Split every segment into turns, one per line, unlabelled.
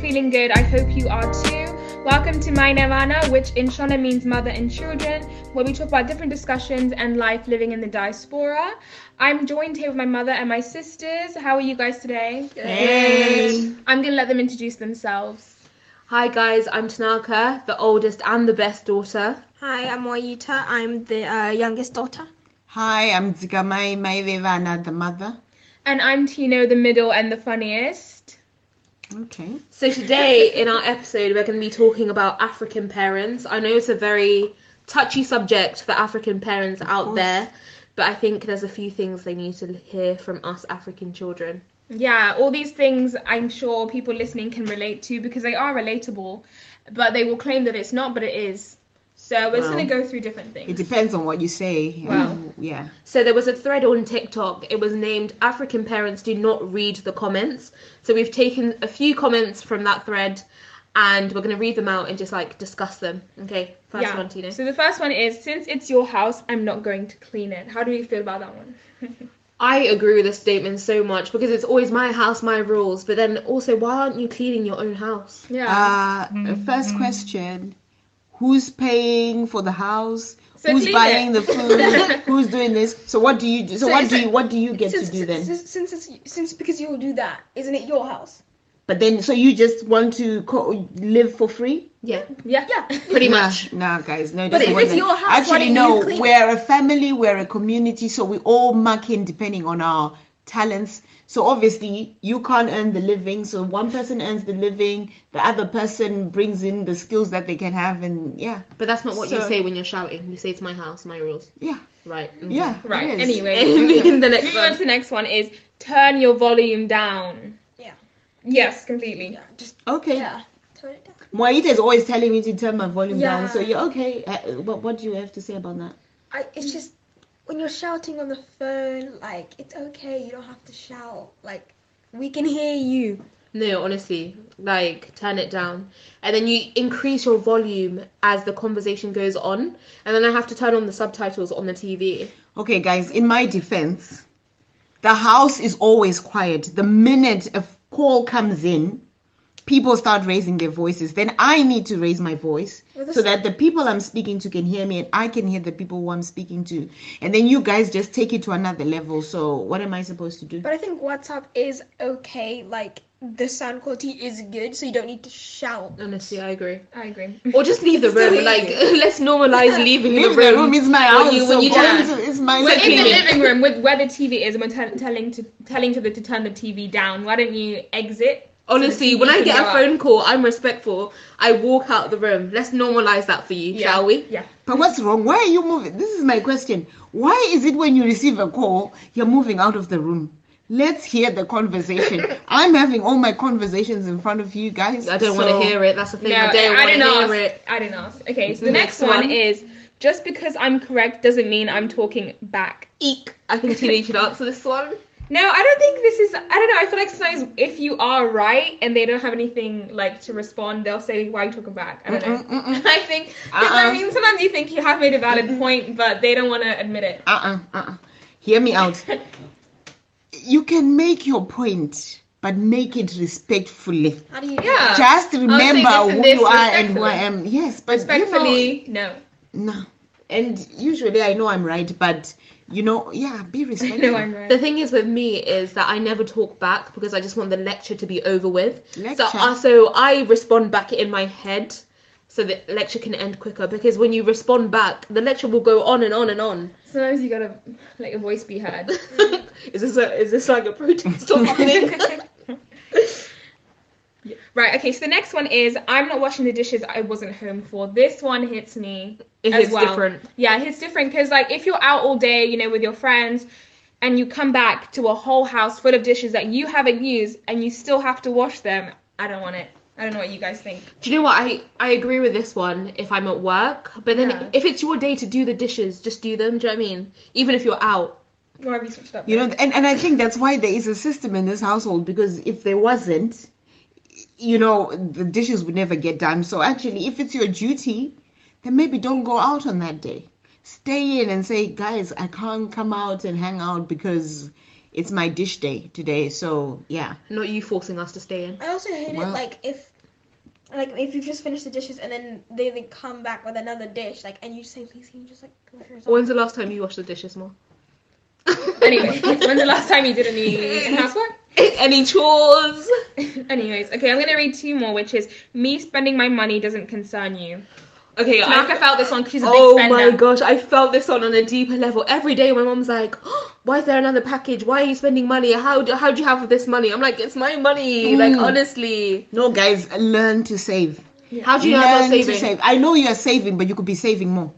feeling good. I hope you are too. Welcome to My Nirvana, which in Shona means mother and children, where we talk about different discussions and life living in the diaspora. I'm joined here with my mother and my sisters. How are you guys today?
Hey.
I'm going to let them introduce themselves.
Hi guys, I'm Tanaka, the oldest and the best daughter.
Hi, I'm Wayuta. I'm the uh, youngest daughter.
Hi, I'm Zigamai Mairevana, the mother.
And I'm Tino, the middle and the funniest.
Okay.
So today in our episode we're going to be talking about African parents. I know it's a very touchy subject for African parents out
course.
there, but I think there's a few things they need to hear from us African children.
Yeah, all these things I'm sure people listening can relate to because they are relatable, but they will claim that it's not, but it is. So we're just
Wow.
going to go through different things.
It depends on what you say. and
Wow.
who- Yeah.
So there was a thread on TikTok. It was named African parents do not read the comments. So we've taken a few comments from that thread and we're going to read them out and just like discuss them. Okay, first one, Tina.
So the first one is since it's your house, I'm not going to clean it. How do you feel about that one?
I agree with this statement so much because it's always my house, my rules. But then also, why aren't you cleaning your own house?
Yeah.
Uh, First question Who's paying for the house?
So
who's
clean
buying
it.
the food? who's doing this? So what do you do? So,
So
what
is
do
it-
you what do you get to do then?
since since it's, since because you will do that, isn't it your house?
But then, so you just want to co- live for free?
Yeah,
yeah.
Yeah.
pretty
Nah,
much.
Nah, guys, no.
But
that's
if
what
it's
the-
your house, why
actually,
don't you
no.
clean it?
we're a family, we're a community, so we all muck in depending on our talents. So obviously, you can't earn the living. So one person earns the living, the other person brings in the skills that they can have, and yeah,
Mm-hmm.
But that's not what you
So-
say when you're shouting. You say it's my house, my rules.
yeah,
Right. okay.
yeah. it
Right.
is.
Anyway.
In the next
Moving on to
one.
the next one is turn your volume down.
Yeah.
Yes, completely.
Yeah. Just
Okay.
yeah. Turn it down.
Moaita is always telling me to turn my volume down.
Yeah.
So you're okay. Uh, what what do you have to say about that?
I, it's just when you're shouting on the phone, like it's okay. You don't have to shout. Like we can hear you.
Mm-hmm. No, honestly, like turn it down, and then you increase your volume as the conversation goes on, and then I have to turn on the subtitles on the TV.
Okay, guys, in my defense, the house is always quiet. The minute a call comes in, people start raising their voices. Then I need to raise my voice
Well, this-
so that the people I'm speaking to can hear me and I can hear the people who I'm speaking to. And then you guys just take it to another level. So, what am I supposed to do?
But I think WhatsApp is okay. Like the sound quality is good, so you don't need to shout.
Honestly, I agree.
I agree.
Or just leave the
Still
room. Like let's normalize leaving
Leave
the room.
the room, it's my house.
you- when
so
you
go
dance.
into- it's my
We're in the
living room.
living room with where the TV is, and we're tell telling to telling to the to turn the TV down. Why don't you exit? so the
Honestly,
TV
when I
can
get
go
a
up?
phone call, I'm respectful. I walk out the room. Let's normalize that for you,
Yeah.
shall we?
Yeah.
But what's wrong? Why are you moving? This is my question. Why is it when you receive a call, you're moving out of the room? Let's hear the conversation. I'm having all my conversations in front of you guys.
I don't want
so-
to hear it. That's the thing.
No,
I
I
don't want
didn't
to
ask.
hear it.
I didn't ask. Okay, so
The
the next,
next
one,
one.
is just because I'm correct doesn't mean I'm talking back.
Eek. I think Tina, you should answer this one.
No, I don't think this is. I don't know. I feel like sometimes if you are right and they don't have anything like to respond, they'll say, "Why are you talking back?" I don't
Mm-mm,
know.
mm-mm.
I think 'cause
Uh-uh.
I mean sometimes you think you have made a valid point, but they don't want to admit it.
Uh-uh, uh-uh. Hear me out. you can make your point, but make it respectfully.
How do you?
Yeah.
Just remember
this
who
and this
you are and who
respectfully.
I am. Yes, but you know-
Respectfully, no.
no. And usually I know I'm right, but you know, yeah, be respectful.
No, I'm
The
right.
thing is with me is that I never talk back because I just want the lecture to be over with. So,
Lecture.
uh, so I respond back in my head so the lecture can end quicker because when you respond back, the lecture will go on and on and on.
Sometimes you gotta let your voice be heard.
is this a, is this like a protest or something?
right. Okay. So the next one is I'm not washing the dishes. I wasn't home for. This one hits me.
It
As
is
well.
different.
Yeah, it's different because like if you're out all day, you know, with your friends, and you come back to a whole house full of dishes that you haven't used and you still have to wash them, I don't want it. I don't know what you guys think.
Do you know what? I, I agree with this one if I'm at work, but then
Yeah.
if it's your day to do the dishes, just do them. Do you know what I mean? Even if you're out.
Why have you switched up?
You know, and, and I think that's why there is a system in this household because if there wasn't, you know, the dishes would never get done. So actually, if it's your duty, then maybe don't go out on that day. Stay in and say, guys, I can't come out and hang out because it's my dish day today. So yeah,
Not you forcing us to stay in.
I also hate
Wow.
it like if like if you've just finished the dishes and then they, they come back with another dish, like and you say, please can you just like wash yours off?"
When's the last time you washed the dishes, Mom?
Anyway, when's the last time you did any housework?
Any chores?
Anyways, okay, I'm gonna read two more, which is me spending my money doesn't concern you.
Okay,
Tanaka felt this one because she's a
Oh
big
my
spender.
gosh, I felt this one on a deeper level. Every day, my mom's like, "Oh, "Why is there another package? Why are you spending money? How do how do you have this money?" I'm like, "It's my money." Like
Mm.
honestly,
No, guys, learn to save.
how do you know
Learn
about
to
saving?
save. I know you are saving, but you could be saving more.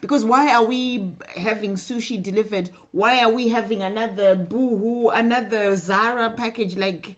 Because why are we having sushi delivered? Why are we having another Boohoo, another Zara package? Like,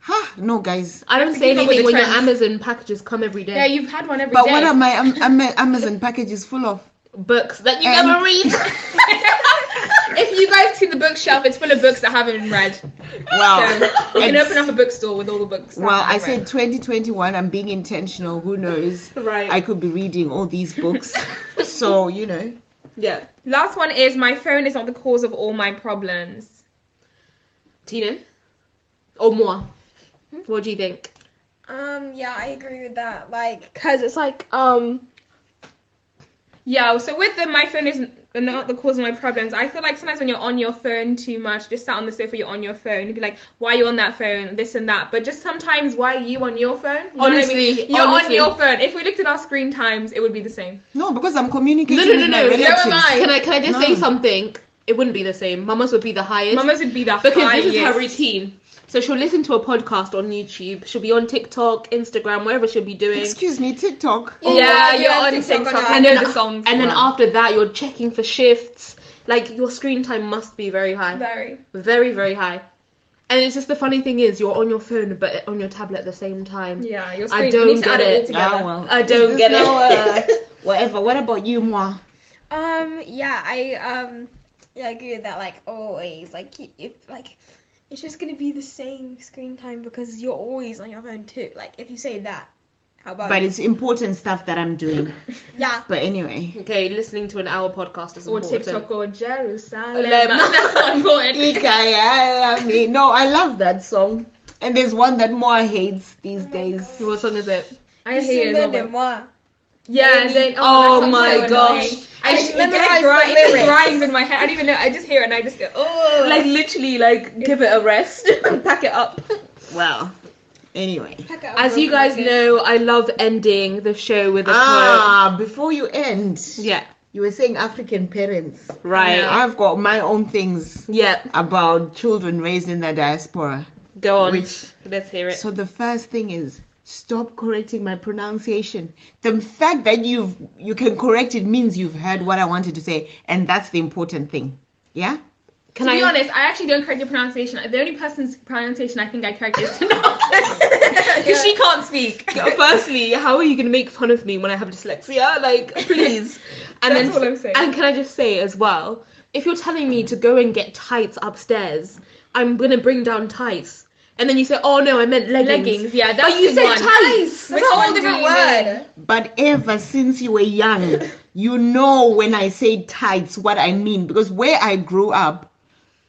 huh? No, guys.
I don't
to
say
keep up with
anything
the
when your
trends.
Amazon packages come every day.
Yeah, you've had one every day.
But what are my am- am- Amazon packages full of?
Books that you
And-
never read.
if you guys see the bookshelf, it's full of books that I haven't read.
Wow.
So we can
Ex-
open up a bookstore with all the books. that
Well, I
haven't
said 2021. I'm being intentional. Who knows?
Right.
I could be reading all these books. so, you know.
yeah,
read. Last one is my phone is not the cause of all my problems.
Tina or moi.
Hmm?
What do you think?
Um, yeah, I agree with that. Like, cause it's like, um,
Yeah, so with the my phone is not the cause of my problems, I feel like sometimes when you're on your phone too much, just sat on the sofa, you're on your phone, you'd be like, why are you on that phone, this and that. But just sometimes, why are you on your phone? You know what I mean?
Honestly,
You're
honestly.
on your phone. If we looked at our screen times, it would be the same.
No, because I'm communicating
No, no, no,
with my
no, never
relatives.
mind.
Can I can I just say
No.
something? It wouldn't be the same. Mamas would be the highest.
Mamas would be that
because
high,
this is
yes.
her routine. So she'll listen to a podcast on YouTube. She'll be on TikTok, Instagram, wherever she'll be doing.
Excuse me, TikTok.
Yeah,
Yeah,
you're
yeah,
on
Oh, TikTok
TikTok.
and
I
I-
know the songs.
And then
Wow.
after that, you're checking for shifts. Like your screen time must be very high,
Very.
very very high. And it's just the funny thing is you're on your phone but on your tablet at the same time.
Yeah, your
I
screen.
don't
you need to
get
add it all
it.
together.
Ah, well.
I don't
There's
get it.
no, uh, whatever. What about you, Moi?
um, yeah, I, um, yeah, I agree with that. Like, always, like, y- if like, it's just gonna be the same screen time because you're always on your phone too. Like, if you say that, how about?
But it's important stuff that I'm doing.
yeah,
But anyway.
Okay, listening to an hour podcast is
Or
important.
TikTok or Jerusalem.
Lem.
That's not important.
Ikaya, I mean, no, I love that song. And there's one that Moa hates these days.
What song is it?
I hear it.
December
as
de
well.
moi.
Yeah,
Maybe.
then,
Oh
oh, that song's
my
so
gosh.
annoying. I just, it,
memorise
it,
the
grind, it
lyrics.
grinds in my head. I don't even know. I just hear it and I just go, oh.
Like literally, like give it a rest, pack it up.
Well, anyway.
Pack up,
As
bro,
you guys
pack it.
know, I love ending the show with a quote.
Ah, before you end,
Yeah,
you were saying African parents.
right.
Yeah.
I've got my own things
Yeah,
about children raised in the diaspora.
go on.
Which-
Let's hear it.
So the first thing is stop correcting my pronunciation. The fact that you've you can correct it means you've heard what I wanted to say, and that's the important thing. Yeah?
Can
to
I?
be honest, I actually don't correct your pronunciation. The only person's pronunciation I think I correct is Tanaka. Because she can't speak.
Firstly, how are you going to make fun of me when I have dyslexia? Like, please. And
That's
then,
all I'm saying.
and can I just say as well, if you're telling me to go and get tights upstairs, I'm going to bring down tights. And then you say, "Oh no, I meant leggings."
Leggings, yeah, that's
but you
the
said
one.
tights.
Which
That's a
one do
whole different
you mean?
word.
But ever since you were young, you know when I say tights what I mean because where I grew up,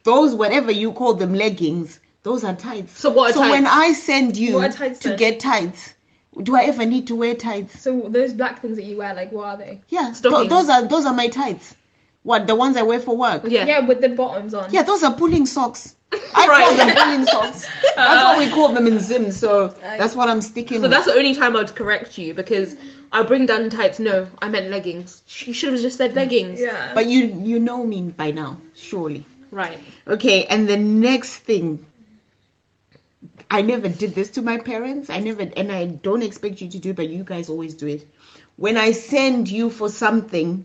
those whatever you call them leggings, those are tights.
So what are
so when
tights?
I send you
What are tights
to
then?
get tights, do I ever need to wear tights?
So those black things that you wear, like, what are they?
Yeah, th-
Stockings.
those are those are my tights. What the ones I wear for work?
Yeah.
Yeah, with the bottoms on.
Yeah, those are pulling socks. I call
Right. Uh.
them pulling socks. That's what we call them in Zim. So that's what I'm sticking
So
with.
that's the only time I'd correct you because I bring down tights. No, I meant leggings. You should have just said leggings.
Yeah.
But you you know me by now, surely.
Right.
Okay, and the next thing. I never did this to my parents. I never, and I don't expect you to do, but you guys always do it. When I send you for something,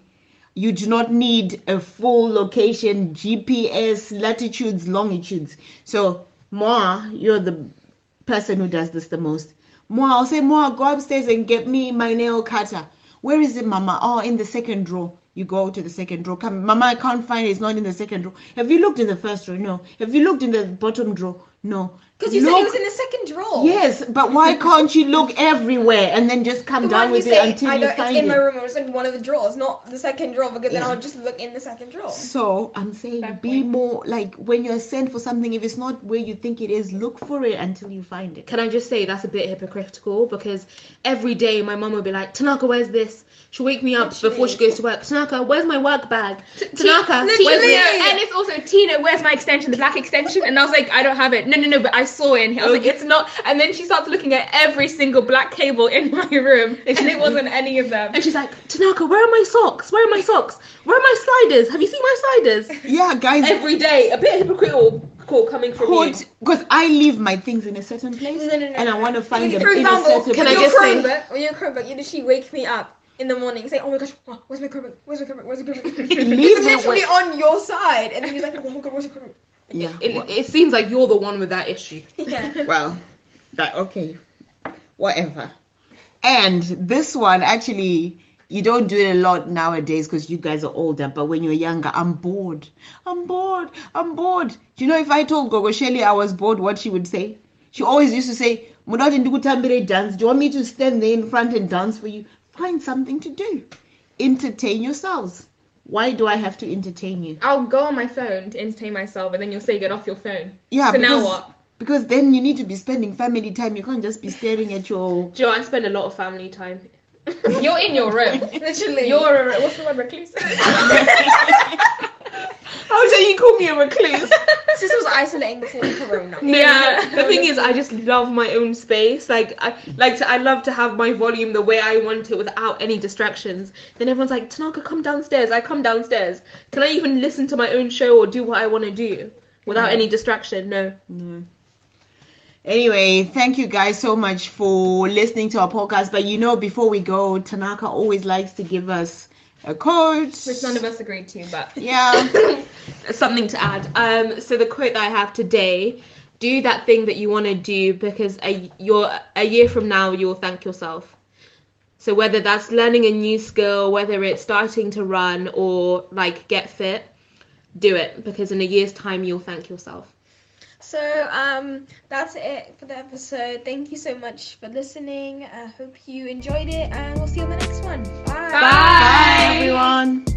you do not need a full location, GPS, latitudes, longitudes. So, Moa, you're the person who does this the most. Moa, I'll say, Moa, go upstairs and get me my nail cutter. Where is it, Mama? Oh, in the second row. You go to the second row. Come, Mama, I can't find it. It's not in the second row. Have you looked in the first row? No. Have you looked in the bottom drawer? no.
Because you
look,
said it was in the second drawer.
Yes, but why can't you look everywhere and then just come
The
down
one you
with
say,
it until
I
you
don't,
find
it's in
it?
my room. It was in one of the drawers, not the second drawer, because then
Yeah.
I'll just look in the second drawer.
So I'm saying
Fair
be
point.
more like when you're sent for something, if it's not where you think it is, look for it until you find it.
Can I just say that's a bit hypocritical because every day my mum would be like, Tanaka, where's this? She'll wake me up before she goes to work. Tanaka, where's my work bag? Tanaka, where's
Tina,
literally.
my...
and it's also Tina, where's my extension, the black extension? And I was like, I don't have it. No, no, no, but I saw it in here. I was like, it's not. And then she starts looking at every single black cable in my room, and it wasn't any of them.
And she's like, Tanaka, where are my socks? Where are my socks? Where are my sliders? Have you seen my sliders?
Yeah, guys,
Every day, a bit hypocritical call coming from you.
because I leave my things in a certain place
No, no, no,
and I
no.
want to find them
For
in a
example,
certain
can
I
your
just say-
Chromebook, when your Chromebook, you literally wake me up in the morning, and say, "Oh my gosh, oh, where's my Chromebook? Where's my Chromebook? Where's my Chromebook?"
Leave
it's
it
literally
where-
on your side, and then you're like, "Oh my god, where's my Chromebook?"
Yeah.
It, it seems like you're the one with that issue.
Yeah.
well, that okay, whatever. And this one actually, you don't do it a lot nowadays because you guys are older. But when you're younger, I'm bored. I'm bored. I'm bored. Do you know if I told Gogo Shelley I was bored, what she would say? She always used to say, "Mudati ndikutambire dance. Do you want me to stand there in front and dance for you? Find something to do. Entertain yourselves. Why do I have to entertain you?
I'll go on my phone to entertain myself, and then you'll say, get off your phone.
Yeah.
So now
because-
what?
Because then you need to be spending family time. You can't just be staring at your
Do you know, I spend a lot of family time.
You're in your room.
Literally.
You're a, what's the word, recluse?
How dare Oh, you call me a recluse?
This was isolating before the corona.
Yeah.
The thing is, I just love my own space. Like, I like to, I love to have my volume the way I want it without any distractions. Then everyone's like, Tanaka, come downstairs. I come downstairs. Can I even listen to my own show or do what I want to do without any distraction? No.
Anyway, thank you guys so much for listening to our podcast. But you know, before we go, Tanaka always likes to give us a quote.
Which none of us agreed to, but
Yeah.
something to add. Um, so the quote that I have today: "Do that thing that you want to do because a you're a year from now you'll thank yourself." So whether that's learning a new skill, whether it's starting to run or like get fit, do it because in a year's time you'll thank yourself.
So um, that's it for the episode. Thank you so much for listening. I hope you enjoyed it, and we'll see you on the next one. Bye.
Bye.
Bye, everyone.